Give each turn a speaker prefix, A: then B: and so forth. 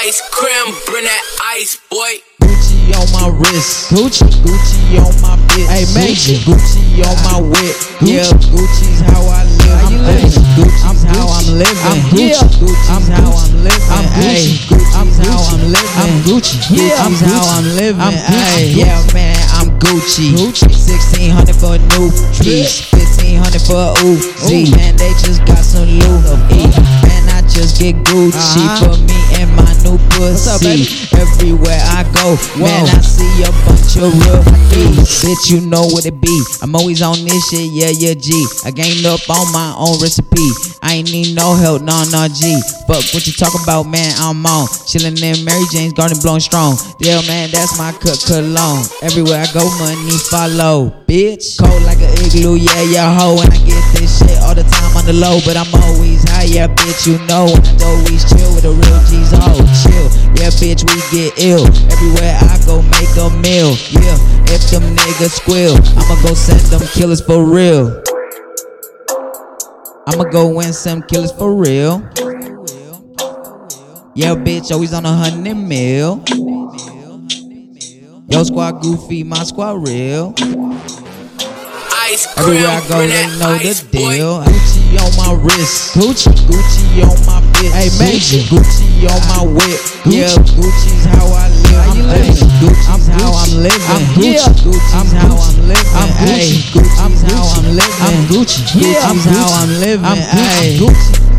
A: ice cream, bring that ice, boy.
B: Gucci on my wrist. Gucci, Gucci on my bitch.
C: Hey, Major.
B: Gucci on my whip.
C: Gucci.
B: Yeah, Gucci's how I live.
C: How you
B: Ayy,
C: living?
B: Gucci's
C: I'm
B: how
C: Gucci.
B: I'm living.
C: I'm Gucci.
B: Yeah. Gucci's
C: I'm
B: how
C: Gucci.
B: I'm living.
C: I'm Gucci.
B: Ayy, Gucci's
C: I'm
B: how I'm
C: Gucci.
B: living.
C: I'm
B: Yeah, Gucci's how I'm living.
C: Gucci. Yeah, I'm Gucci. I'm Gucci.
B: Ayy, yeah, man, I'm Gucci.
C: Gucci.
B: 1600 for a new piece. 1500 for a Uzi.
C: Ooh.
B: Man, they just got some Louis. Man, I just get Gucci
C: Uh-huh.
B: for me and my new pussy.
C: up, baby?
B: Everywhere I go, man,
C: Whoa.
B: I see a bunch of real beats. Bitch, you know what it be. I'm always on this shit, yeah, yeah, G. I gained up on my own recipe. I ain't need no help, nah, nah, G. Fuck what you talk about, man, I'm on. Chillin' in Mary Jane's garden, blowing strong. Yeah, man, that's my cut cologne. Everywhere I go, money follow, bitch. Cold like an igloo, yeah, yeah, ho. And I get this shit all the time on the low, but I'm always high, yeah, bitch, you know. And I always chill with the real G's, oh, chill. Yeah, bitch, we get ill. Everywhere I go, make a meal. Yeah, if them niggas squeal, I'ma go send them killers for real. I'ma go win some killers for real. Yeah, bitch, always on a hundred mil. Yo, squad goofy, my squad real.
A: Ice cream,
B: Everywhere I go,
A: bring
B: they
A: that
B: know the
A: ice, boy.
B: deal. Gucci on my wrist.
C: Gucci.
B: Gucci on my bitch.
C: Hey, Major.
B: Gucci on my whip.
C: Gucci.
B: Yeah, Gucci's how I live.
C: How you
B: I'm
C: living?
B: Gucci.
C: I'm
B: Gucci's how
C: Gucci.
B: I'm living.
C: I'm Gucci.
B: Yeah,
C: I'm
B: Gucci's how
C: Gucci.
B: I'm living.
C: I'm Gucci.
B: Ayy, Gucci's
C: I'm
B: how
C: Gucci.
B: I'm living.
C: I'm Gucci.
B: Yeah,
C: I'm
B: Gucci's how
C: Gucci.
B: I'm living.
C: I'm Gucci.
B: Ayy.
C: Gucci.